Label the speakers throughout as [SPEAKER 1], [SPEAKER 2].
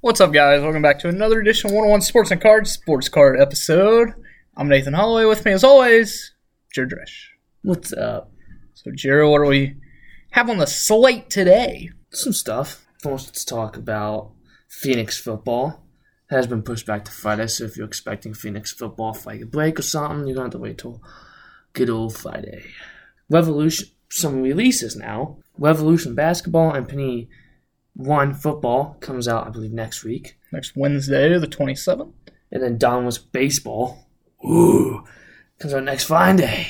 [SPEAKER 1] What's up, guys? Welcome back to another edition of 101 Sports and Cards, Sports Card episode. I'm Nathan Holloway. With me, as always, Jared Dresch.
[SPEAKER 2] What's up?
[SPEAKER 1] So, Jared, what do we have on the slate today?
[SPEAKER 2] Some stuff. First, let's talk about Phoenix football. That has been pushed back to Friday, so if you're expecting Phoenix football for like a break or something, you're gonna have to wait till good old Friday. Revolution. Some releases now. Revolution basketball and Penny One football comes out, I believe, next week.
[SPEAKER 1] Next Wednesday, the 27th.
[SPEAKER 2] And then Donald's baseball. Ooh, comes out next Friday.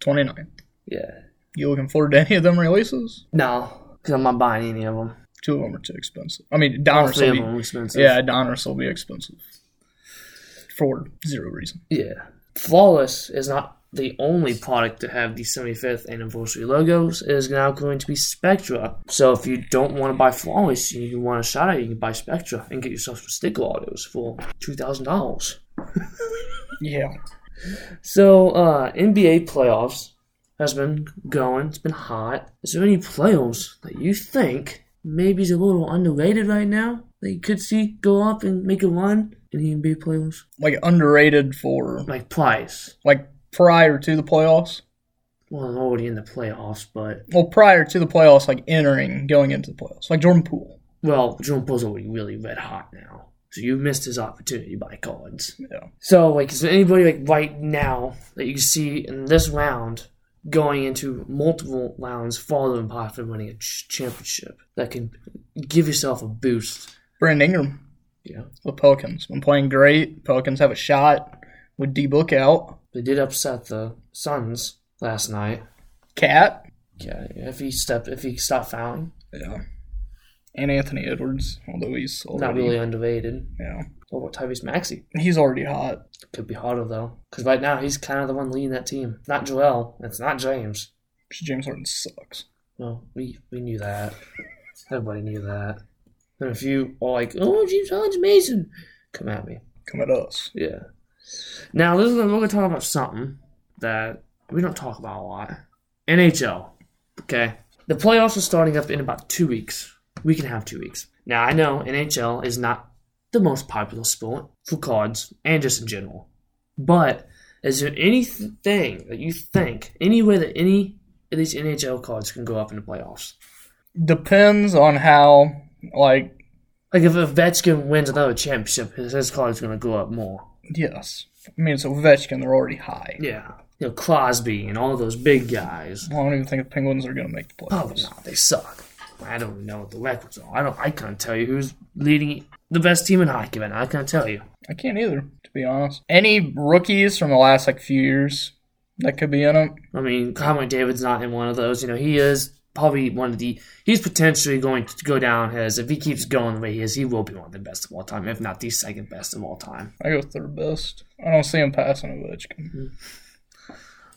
[SPEAKER 1] 29th.
[SPEAKER 2] Yeah.
[SPEAKER 1] You looking forward to any of them releases?
[SPEAKER 2] No, because I'm not buying any of them.
[SPEAKER 1] Two of them are too expensive. I mean,
[SPEAKER 2] All
[SPEAKER 1] Donruss
[SPEAKER 2] three
[SPEAKER 1] will
[SPEAKER 2] of
[SPEAKER 1] be,
[SPEAKER 2] them are expensive.
[SPEAKER 1] yeah, Donruss will be expensive for zero reason.
[SPEAKER 2] Yeah. Flawless is not the only product to have the 75th anniversary logos. It is now going to be Spectra. So if you don't want to buy Flawless and you want a shout out, you can buy Spectra and get yourself some sticker autos for $2,000.
[SPEAKER 1] Yeah.
[SPEAKER 2] So uh, NBA playoffs has been going. It's been hot. Is there any playoffs that you think maybe is a little underrated right now that you could see go up and make a run in the NBA playoffs?
[SPEAKER 1] Like, underrated for,
[SPEAKER 2] Like Price.
[SPEAKER 1] like, prior to the playoffs.
[SPEAKER 2] Well, I'm already in the playoffs, but
[SPEAKER 1] Well, prior to the playoffs, like, entering, going into the playoffs. Like, Jordan Poole.
[SPEAKER 2] Well, Jordan Poole's already really red hot now. So you missed his opportunity by cards.
[SPEAKER 1] Yeah.
[SPEAKER 2] So, like, is there anybody, like, right now that you see in this round going into multiple rounds following apart from winning a ch- championship that can give yourself a boost?
[SPEAKER 1] Brandon Ingram.
[SPEAKER 2] Yeah.
[SPEAKER 1] the Pelicans. Been playing great. Pelicans have a shot with D Book out.
[SPEAKER 2] They did upset the Suns last night.
[SPEAKER 1] Cat.
[SPEAKER 2] Yeah, if he step, if he stopped fouling,
[SPEAKER 1] Yeah. And Anthony Edwards, although he's already,
[SPEAKER 2] not really underrated.
[SPEAKER 1] yeah,
[SPEAKER 2] What about Tyrese Maxey?
[SPEAKER 1] he's already hot.
[SPEAKER 2] Could be harder though, because right now he's kind of the one leading that team. Not Joel, it's not James.
[SPEAKER 1] James Harden sucks.
[SPEAKER 2] Well, we we knew that. Everybody knew that. And if you are like, oh, James Harden's Mason, come at me.
[SPEAKER 1] Come at us.
[SPEAKER 2] Yeah. Now, this is, we're going to talk about something that we don't talk about a lot. NHL. Okay. The playoffs are starting up in about two weeks. We can have two weeks. Now, I know NHL is not the most popular sport for cards and just in general. But is there anything that you think, any way that any of these NHL cards can go up in the playoffs?
[SPEAKER 1] Depends on how like
[SPEAKER 2] Like if, if Vetchkin wins another championship, his, his card is going to go up more.
[SPEAKER 1] yes. I mean, so Ovechkin, they're already high.
[SPEAKER 2] Yeah. You know, Crosby and all those big guys.
[SPEAKER 1] I don't even think the Penguins are going to make the
[SPEAKER 2] Probably
[SPEAKER 1] playoffs.
[SPEAKER 2] not. They suck. I don't know what the records are. I don't. I can't tell you who's leading the best team in hockey right now. I can't tell you.
[SPEAKER 1] I can't either, to be honest. Any rookies from the last like few years that could be in it?
[SPEAKER 2] I mean, Connor McDavid's not in one of those. You know, he is probably one of the. He's potentially going to go down as if he keeps going the way he is. He will be one of the best of all time, if not the second best of all time.
[SPEAKER 1] I go third best. I don't see him passing Ovechkin.
[SPEAKER 2] Mm-hmm.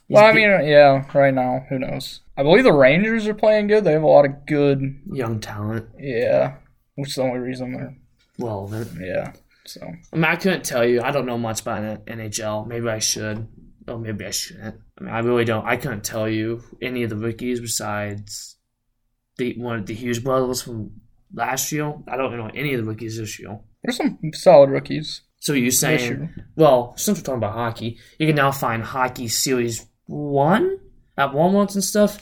[SPEAKER 2] He's
[SPEAKER 1] Well, I
[SPEAKER 2] be-
[SPEAKER 1] mean, yeah, right now, who knows? I believe the Rangers are playing good. They have a lot of good,
[SPEAKER 2] young talent,
[SPEAKER 1] yeah, which is the only reason they're,
[SPEAKER 2] relevant.
[SPEAKER 1] yeah. So
[SPEAKER 2] I mean, I couldn't tell you. I don't know much about N- NHL. Maybe I should. Or maybe I shouldn't. I mean, I really don't. I couldn't tell you any of the rookies besides the one of the Hughes brothers from last year. I don't know any of the rookies this year.
[SPEAKER 1] there's some solid rookies.
[SPEAKER 2] So you're saying,
[SPEAKER 1] year.
[SPEAKER 2] well, since we're talking about hockey, you can now find hockey series one at Walmart's and stuff.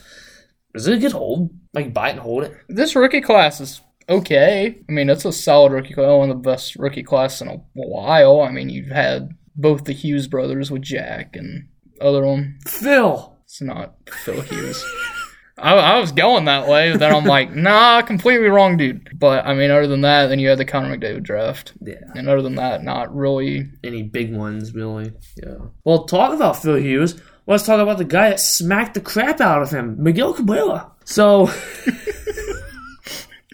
[SPEAKER 2] Is it a good hold? Like buy it and hold it?
[SPEAKER 1] This rookie class is okay. I mean, it's a solid rookie class, one of the best rookie class in a while. I mean, you've had both the Hughes brothers with Jack and other one.
[SPEAKER 2] Phil.
[SPEAKER 1] It's not Phil Hughes. I, I was going that way, then I'm like, nah, completely wrong, dude. But I mean, other than that, then you had the Connor McDavid draft.
[SPEAKER 2] Yeah.
[SPEAKER 1] And other than that, not really.
[SPEAKER 2] any big ones, really. Yeah. Well, talk about Phil Hughes. Let's talk about the guy that smacked the crap out of him, Miguel Cabrera. So,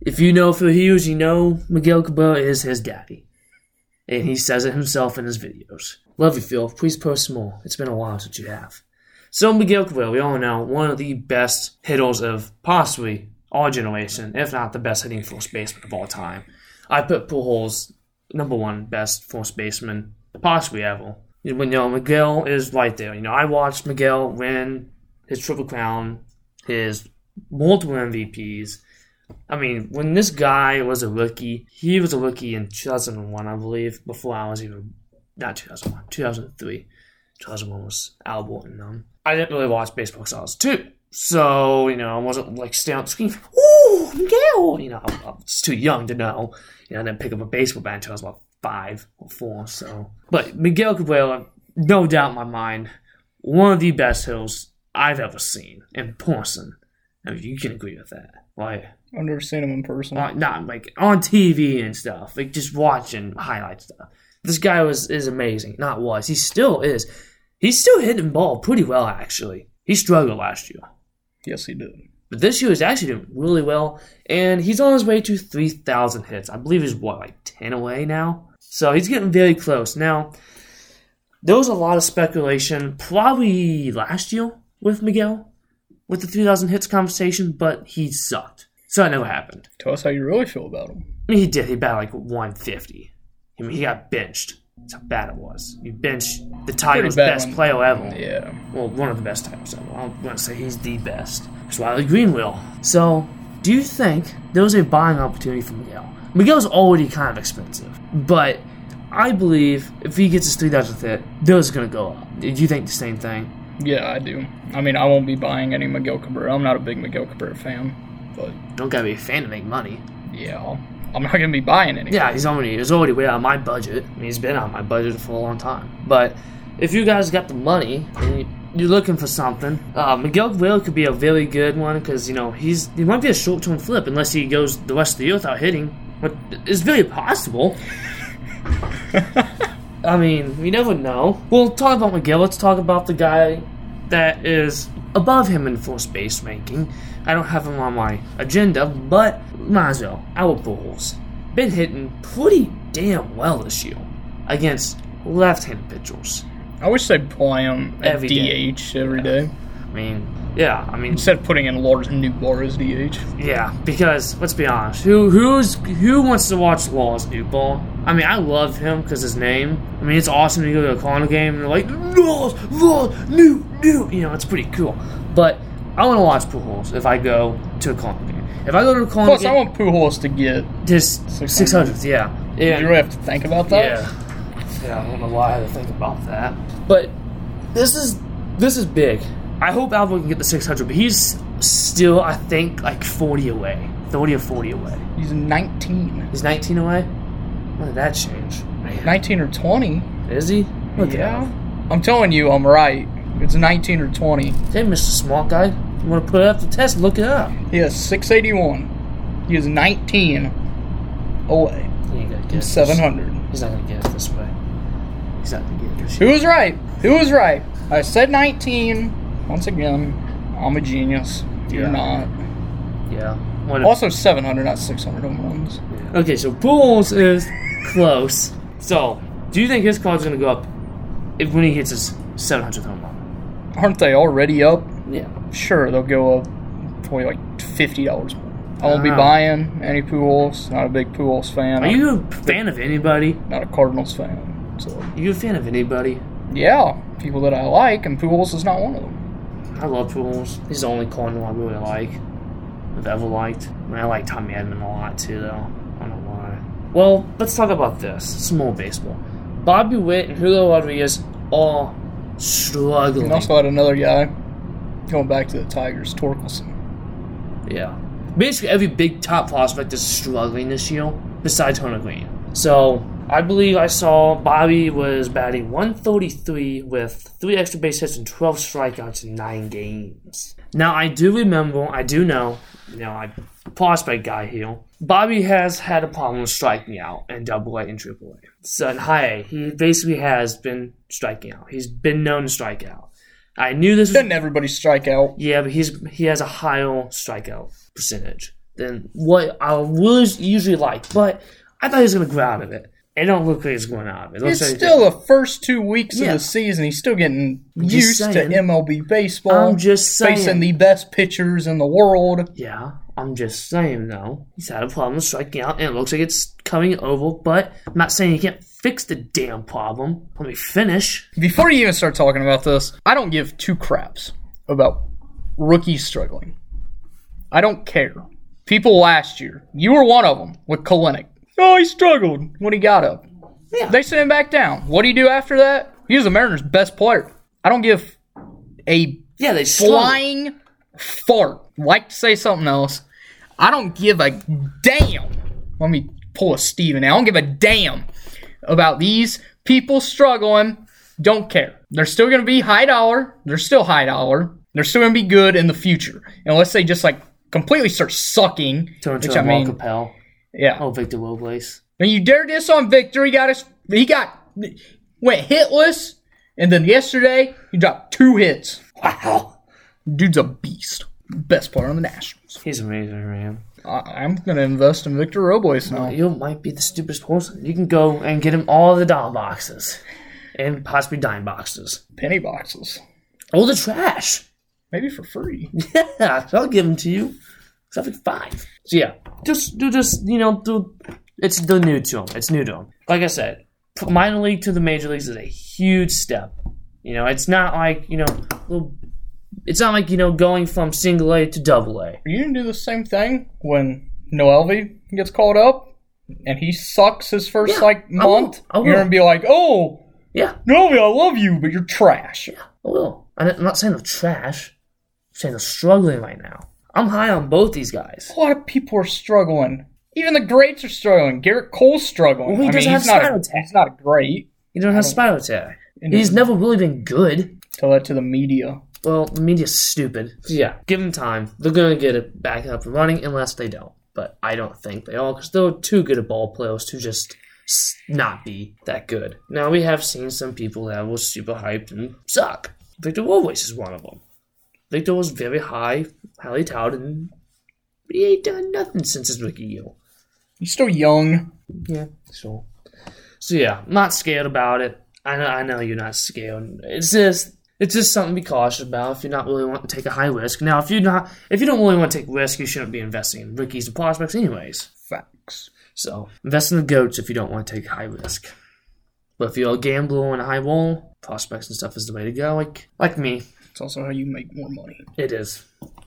[SPEAKER 2] if you know Phil Hughes, you know Miguel Cabrera is his daddy. And he says it himself in his videos. Love you, Phil. Please post some more. It's been a while since you have. So, Miguel Cabrera, we all know, one of the best hitters of possibly our generation, if not the best hitting first baseman of all time. I put Pujols number one best first baseman possibly ever. You know, Miguel is right there. You know, I watched Miguel win his Triple Crown, his multiple MVPs. I mean, when this guy was a rookie, he was a rookie in 2001, I believe, before I was even, not 2001, 2003. 2001 was Albert and them. I didn't really watch baseball because I was two. So, you know, I wasn't like staying on the screen, ooh, Miguel! You know, I, I was too young to know. You know, I didn't pick up a baseball bat until I was about five or four, so. But Miguel Cabrera, no doubt in my mind, one of the best hitters I've ever seen in person. I mean, you can agree with that, right?
[SPEAKER 1] I've never seen him in person.
[SPEAKER 2] on, not like on TV and stuff, like just watching highlight stuff. This guy was is amazing. Not was. He still is. He's still hitting ball pretty well actually. He struggled last year,
[SPEAKER 1] Yes, he did.
[SPEAKER 2] but this year he's actually doing really well, and he's on his way to three thousand hits. I believe he's what like ten away now, so he's getting very close now. There was a lot of speculation probably last year with Miguel with the three thousand hits conversation, but he sucked, so it never happened.
[SPEAKER 1] Tell us how you really feel about him.
[SPEAKER 2] I mean, he did. He batted like 150. I mean, he got benched. That's how bad it was. You bench the Tigers'
[SPEAKER 1] bad
[SPEAKER 2] best
[SPEAKER 1] one.
[SPEAKER 2] player ever.
[SPEAKER 1] Yeah.
[SPEAKER 2] Well, one of the best Tigers ever. I'm going to say he's the best. It's Riley Greenwell. So, do you think there was a buying opportunity for Miguel? Miguel's already kind of expensive, but I believe if he gets his 3,000th hit, those going to go up. Do you think the same thing?
[SPEAKER 1] Yeah, I do. I mean, I won't be buying any Miguel Cabrera. I'm not a big Miguel Cabrera fan, but
[SPEAKER 2] Don't got to be a fan to make money.
[SPEAKER 1] yeah, I'm not gonna be buying any.
[SPEAKER 2] Yeah, he's already he's already way out of my budget. I mean, he's been out of my budget for a long time. But if you guys got the money and you- you're looking for something, uh, Miguel Cabrera could be a really good one because you know he's he might be a short term flip unless he goes the rest of the year without hitting. But it's very possible. I mean, we never know. We'll talk about Miguel. Let's talk about the guy that is above him in first base ranking. I don't have him on my agenda, but might as well. Albert Pujols been hitting pretty damn well this year against left-handed pitchers.
[SPEAKER 1] I wish they'd play him at
[SPEAKER 2] Every day.
[SPEAKER 1] DH every day
[SPEAKER 2] I mean, yeah, I mean,
[SPEAKER 1] instead of putting in Lars Newbar as DH.
[SPEAKER 2] yeah, because let's be honest, who who's who wants to watch Laws new ball? I mean, I love him because his name. I mean, it's awesome to go to a Cardinal game and they're like Laws, Laws, new, new. You know, it's pretty cool. But I want to watch Pujols if I go to a Cardinal game. If I go to a Cardinal
[SPEAKER 1] Plus, I
[SPEAKER 2] game,
[SPEAKER 1] want Pujols to get.
[SPEAKER 2] this 600th, yeah, yeah.
[SPEAKER 1] You really have to think about that.
[SPEAKER 2] Yeah. Yeah, I don't know why I had to think about that. But this is this is big. I hope Alvin can get the 600, but he's still, I think, like 40 away. 30 or 40 away.
[SPEAKER 1] He's 19,
[SPEAKER 2] He's 19 away? When did that change? Man,
[SPEAKER 1] 19 or 20.
[SPEAKER 2] is he? Look at
[SPEAKER 1] yeah,
[SPEAKER 2] him.
[SPEAKER 1] I'm telling you, I'm right. It's 19 or 20.
[SPEAKER 2] Hey, Mr. Smart Guy. You want to put it up to test? Look it up.
[SPEAKER 1] He has 681. He is 19 away
[SPEAKER 2] He ain't gonna get
[SPEAKER 1] from
[SPEAKER 2] this.
[SPEAKER 1] 700.
[SPEAKER 2] He's not going to get it this way. He's not going to get it this
[SPEAKER 1] Who was right? Who was right? I said 19. Once again, I'm a genius. You're
[SPEAKER 2] Yeah.
[SPEAKER 1] not.
[SPEAKER 2] Yeah. What if-
[SPEAKER 1] Also, 700, not 600 home runs.
[SPEAKER 2] Okay, so Bulls is close. So, do you think his card's gonna go up if when he hits his 700th home run?
[SPEAKER 1] Aren't they already up?
[SPEAKER 2] Yeah.
[SPEAKER 1] Sure, they'll go up probably like fifty dollars more. I won't be
[SPEAKER 2] Ah.
[SPEAKER 1] buying any Pujols. Not a big Pujols fan.
[SPEAKER 2] Are you a fan of anybody?
[SPEAKER 1] I'm not a Cardinals fan. So
[SPEAKER 2] Are you a fan of anybody?
[SPEAKER 1] yeah, people that I like, and Pujols is not one of them.
[SPEAKER 2] I love Bulls. He's the only Cardinal I really like. I've ever liked. I, mean, I like Tommy Edmond a lot too, though. I don't know why. Well, let's talk about this. Small baseball. Bobby Witt and Julio Rodriguez are struggling.
[SPEAKER 1] And also had another guy going back to the Tigers, Torkelson.
[SPEAKER 2] Yeah. Basically, every big top prospect is struggling this year, besides Hunter Green. So, I believe I saw Bobby was batting 133 with three extra base hits and 12 strikeouts in nine games. Now, I do remember, I do know, you know, I prospect guy here. Bobby has had a problem with striking out in double A and triple A. So, in high A, he basically has been striking out. He's been known to strike out. I knew this was
[SPEAKER 1] Didn't everybody strike out?
[SPEAKER 2] yeah, but he's he has a higher strikeout percentage than what I was usually like. But I thought he was gonna grow out of it. It don't look like he's going out of it. it. looks
[SPEAKER 1] It's
[SPEAKER 2] like-
[SPEAKER 1] still the first two weeks
[SPEAKER 2] Yeah.
[SPEAKER 1] of the season. He's still getting
[SPEAKER 2] just
[SPEAKER 1] used to
[SPEAKER 2] saying.
[SPEAKER 1] MLB baseball.
[SPEAKER 2] I'm just saying.
[SPEAKER 1] facing the best pitchers in the world.
[SPEAKER 2] yeah, I'm just saying though. He's had a problem striking out, and it looks like it's coming over. But I'm not saying he can't fix the damn problem. Let me finish.
[SPEAKER 1] Before you even start talking about this, I don't give two craps about rookies struggling. I don't care. people last year. You were one of them with Kalinick. Oh, he struggled when he got up.
[SPEAKER 2] Yeah.
[SPEAKER 1] They sent him back down. What do you do after that? He was the Mariners' best player. I don't give a
[SPEAKER 2] Yeah, they slide.
[SPEAKER 1] flying fart. Like to say something else. I don't give a damn. Let me pull a Steven. now. I don't give a damn about these people struggling. Don't care. They're still going to be high dollar. They're still high dollar. They're still going to be good in the future. Unless they just like completely start sucking.
[SPEAKER 2] Turn
[SPEAKER 1] which
[SPEAKER 2] to
[SPEAKER 1] I
[SPEAKER 2] a Mark
[SPEAKER 1] mean,
[SPEAKER 2] Capel.
[SPEAKER 1] yeah.
[SPEAKER 2] Oh, Victor Robles.
[SPEAKER 1] And you dare diss on Victor. He got his, he got went hitless, and then yesterday he dropped two hits.
[SPEAKER 2] Wow.
[SPEAKER 1] Dude's a beast. Best player on the Nationals.
[SPEAKER 2] He's amazing, man.
[SPEAKER 1] I, I'm gonna invest in Victor Robles now.
[SPEAKER 2] You might be the stupidest person. You can go and get him all the dime boxes. And possibly dime boxes.
[SPEAKER 1] Penny boxes,
[SPEAKER 2] All the trash.
[SPEAKER 1] maybe for free.
[SPEAKER 2] Yeah, I'll give them to you. Something five. So yeah, just do just you know do. It's the new to him. It's new to him. Like I said, from minor league to the major leagues is a huge step. You know, it's not like you know, little- it's not like you know going from single A to double A.
[SPEAKER 1] you didn't do the same thing when Noelvi gets called up and he sucks his first
[SPEAKER 2] Yeah,
[SPEAKER 1] like
[SPEAKER 2] I will.
[SPEAKER 1] month.
[SPEAKER 2] I will.
[SPEAKER 1] You're gonna be like, oh,
[SPEAKER 2] Yeah,
[SPEAKER 1] Noelvi, I love you, but you're trash.
[SPEAKER 2] I will. And I'm not saying they're trash. I'm saying they're struggling right now. I'm high on both these guys.
[SPEAKER 1] A lot of people are struggling. Even the greats are struggling. Garrett Cole's struggling.
[SPEAKER 2] Well, he
[SPEAKER 1] I
[SPEAKER 2] doesn't
[SPEAKER 1] mean,
[SPEAKER 2] have
[SPEAKER 1] he's not,
[SPEAKER 2] spinal
[SPEAKER 1] a,
[SPEAKER 2] tap.
[SPEAKER 1] he's not a great.
[SPEAKER 2] You don't have spinal tap.
[SPEAKER 1] And
[SPEAKER 2] He's never really been good.
[SPEAKER 1] tell that to the media.
[SPEAKER 2] Well, the media's stupid. Yeah, give them time. They're gonna get it back up and running, unless they don't. But I don't think they are, because they're too good at ball players to just s- not be that good. Now we have seen some people that were super hyped and suck. Victor Robles is one of them. Victor was very high, highly touted, and he ain't done nothing since his rookie year.
[SPEAKER 1] He's still young.
[SPEAKER 2] Yeah, sure. So yeah, I'm not scared about it. I know, I know you're not scared. It's just, it's just something to be cautious about if you're not really want to take a high risk. Now, if you're not, if you don't really want to take risk, you shouldn't be investing in rookies and prospects, anyways.
[SPEAKER 1] Facts.
[SPEAKER 2] So invest in the goats if you don't want to take high risk. But if you're a gambler and a high roll, prospects and stuff is the way to go. Like, like me,
[SPEAKER 1] It's also how you make more money.
[SPEAKER 2] it is.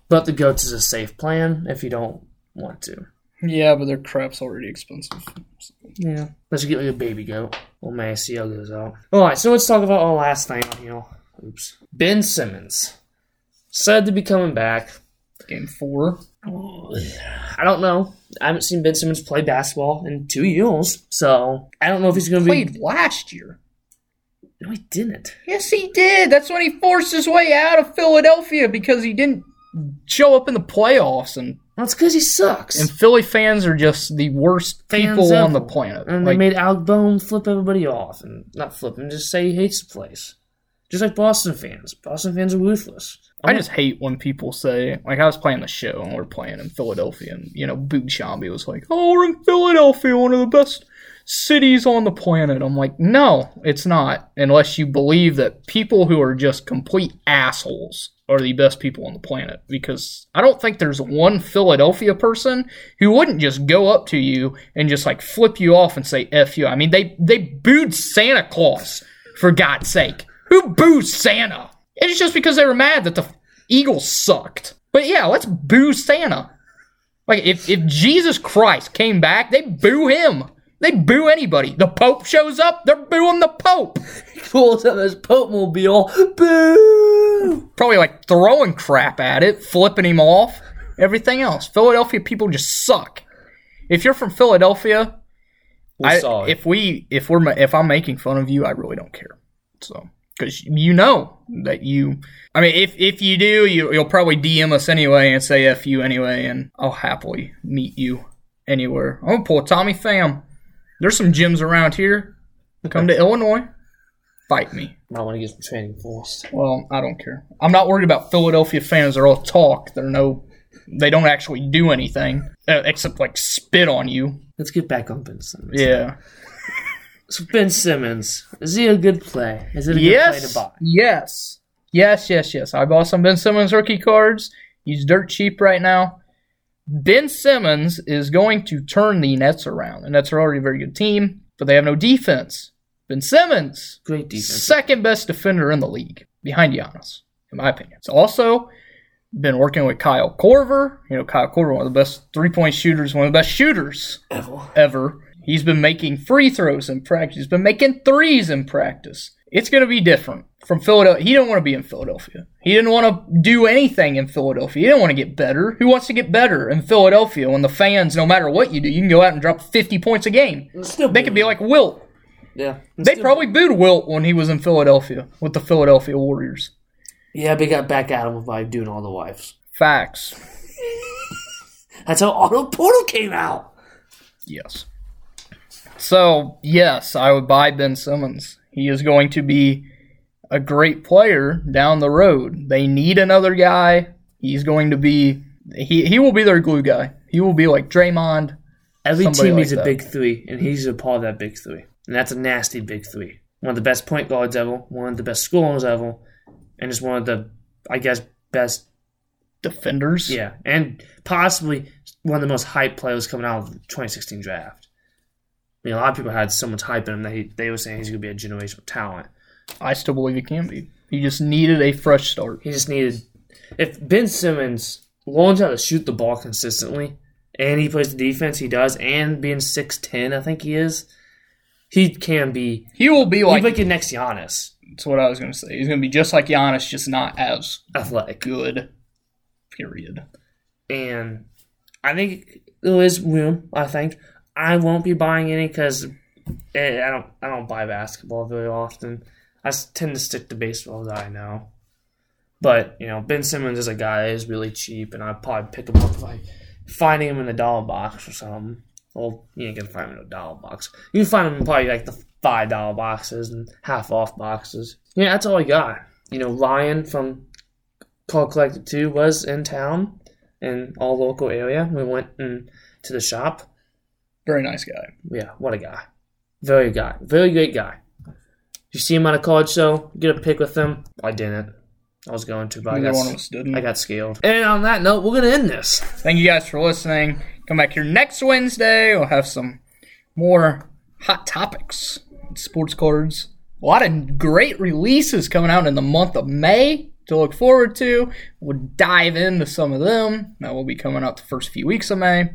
[SPEAKER 2] But the goats is a safe plan if you don't want to.
[SPEAKER 1] Yeah, but their crap's already expensive.
[SPEAKER 2] Yeah. Let's get like a baby goat. Well, may I see how it goes out. All right, so let's talk about our last thing on here. Oops. Ben Simmons said to be coming back.
[SPEAKER 1] Game four.
[SPEAKER 2] I don't know. I haven't seen Ben Simmons play basketball in two years, so I don't know if he's going to be.
[SPEAKER 1] Played last year.
[SPEAKER 2] No, he didn't.
[SPEAKER 1] Yes, he did. That's when he forced his way out of Philadelphia because he didn't show up in the playoffs. And,
[SPEAKER 2] Well, it's because he sucks.
[SPEAKER 1] and Philly fans are just the worst
[SPEAKER 2] Fans
[SPEAKER 1] people on
[SPEAKER 2] ever.
[SPEAKER 1] the planet.
[SPEAKER 2] and
[SPEAKER 1] Like,
[SPEAKER 2] they made Alec Bone flip everybody off and not flip him, just say he hates the place. Just like Boston fans. Boston fans are ruthless.
[SPEAKER 1] I just hate when people say, like, I was playing the show and we are playing in Philadelphia, and, you know, Boot Shambi was like, oh, we're in Philadelphia, one of the best cities on the planet. I'm like, no, it's not, unless you believe that people who are just complete assholes are the best people on the planet. Because I don't think there's one Philadelphia person who wouldn't just go up to you and just, like, flip you off and say, F you. I mean, they, they booed Santa Claus, for God's sake. Who boos Santa? It's just because they were mad that the Eagles sucked. But yeah, let's boo Santa. Like if, if Jesus Christ came back, they boo him. They boo anybody. The Pope shows up, they're booing the Pope.
[SPEAKER 2] pulls out his Pope mobile. Boo!
[SPEAKER 1] Probably like throwing crap at it, flipping him off, everything else. Philadelphia people just suck. If you're from Philadelphia, I,
[SPEAKER 2] sorry.
[SPEAKER 1] if we if we're ma- if I'm making fun of you, I really don't care. So because you know that you, I mean, if if you do, you you'll probably DM us anyway and say f you anyway, and I'll happily meet you anywhere. I'm gonna pull a Tommy Pham. There's some gyms around here. Come to Illinois, fight me.
[SPEAKER 2] Might want to get some training forced.
[SPEAKER 1] Well, I don't care. I'm not worried about Philadelphia fans. They're all talk. They're no, they don't actually do anything uh, except like spit on you.
[SPEAKER 2] Let's get back on Ben Simmons.
[SPEAKER 1] Yeah.
[SPEAKER 2] So Ben Simmons, is he a good play? Is it a good play to
[SPEAKER 1] Yes.
[SPEAKER 2] buy?
[SPEAKER 1] Yes. Yes. Yes. Yes. I bought some Ben Simmons rookie cards. He's dirt cheap right now. Ben Simmons is going to turn the Nets around. The Nets are already a very good team, but they have no defense. Ben Simmons
[SPEAKER 2] Great defense.
[SPEAKER 1] second best defender in the league behind Giannis, in my opinion. It's also Been working with Kyle Corver. You know, Kyle Corver, one of the best three point shooters, one of the best shooters
[SPEAKER 2] Ever.
[SPEAKER 1] ever. He's been making free throws in practice. He's been making threes in practice. It's going to be different from Philadelphia. He didn't want to be in Philadelphia. He didn't want to do anything in Philadelphia. He didn't want to get better. Who wants to get better in Philadelphia when the fans, no matter what you do, you can go out and drop 50 points a game?
[SPEAKER 2] Still
[SPEAKER 1] They could be like Wilt.
[SPEAKER 2] yeah.
[SPEAKER 1] They probably booed Wilt when he was in Philadelphia with the Philadelphia Warriors.
[SPEAKER 2] yeah, they got back at him by doing all the wives.
[SPEAKER 1] Facts.
[SPEAKER 2] That's how Auto Portal came out.
[SPEAKER 1] Yes. So, yes, I would buy Ben Simmons. He is going to be a great player down the road. They need another guy. He's going to be he he will be their glue guy. He will be like Draymond.
[SPEAKER 2] Every
[SPEAKER 1] Somebody
[SPEAKER 2] team
[SPEAKER 1] like
[SPEAKER 2] needs
[SPEAKER 1] that.
[SPEAKER 2] a big three, and he's a part of that big three. And that's a nasty big three. One of the best point guards ever, one of the best scorers ever, and just one of the, I guess, best,
[SPEAKER 1] Defenders.
[SPEAKER 2] yeah, and possibly one of the most hyped players coming out of the 2016 draft. I mean, a lot of people had so much hype in him that he, they were saying he's going to be a generational talent.
[SPEAKER 1] I still believe he can be. He just needed a fresh start.
[SPEAKER 2] He just needed. If Ben Simmons learns how to shoot the ball consistently, and he plays the defense he does, and being six ten, I think he is, he can be.
[SPEAKER 1] He will be
[SPEAKER 2] He's
[SPEAKER 1] like
[SPEAKER 2] like your next Giannis,
[SPEAKER 1] that's what I was gonna say. He's gonna be just like Giannis, just not as
[SPEAKER 2] athletic,
[SPEAKER 1] good. Period.
[SPEAKER 2] and I think there is room. I think I won't be buying any because I don't. I don't buy basketball very often. I s- tend to stick to baseball that I know. But you know, Ben Simmons is a guy that is really cheap, and I'd probably pick him up if I finding him in the dollar box or something. Well, you ain't gonna find him in a dollar box. You can find him in probably like the five dollar boxes and half off boxes. Yeah, that's all I got. You know, Lion from Call Collected Two was in town in all local area. We went in to the shop.
[SPEAKER 1] Very nice guy.
[SPEAKER 2] Yeah, what a guy. Very guy. Very great guy. You see him on a college show, get a pic with him. I didn't. I was going to, but I
[SPEAKER 1] Neither
[SPEAKER 2] got,
[SPEAKER 1] one of us didn't.
[SPEAKER 2] I got scaled. And on that note, we're gonna end this.
[SPEAKER 1] Thank you guys for listening. Come back here next Wednesday. We'll have some more hot topics, sports cards. A lot of great releases coming out in the month of May to look forward to. We'll dive into some of them that will be coming out the first few weeks of May.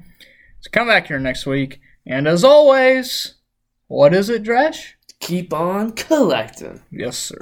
[SPEAKER 1] So come back here next week. And as always, what is it, Dresh?
[SPEAKER 2] Keep on collecting.
[SPEAKER 1] Yes, sir.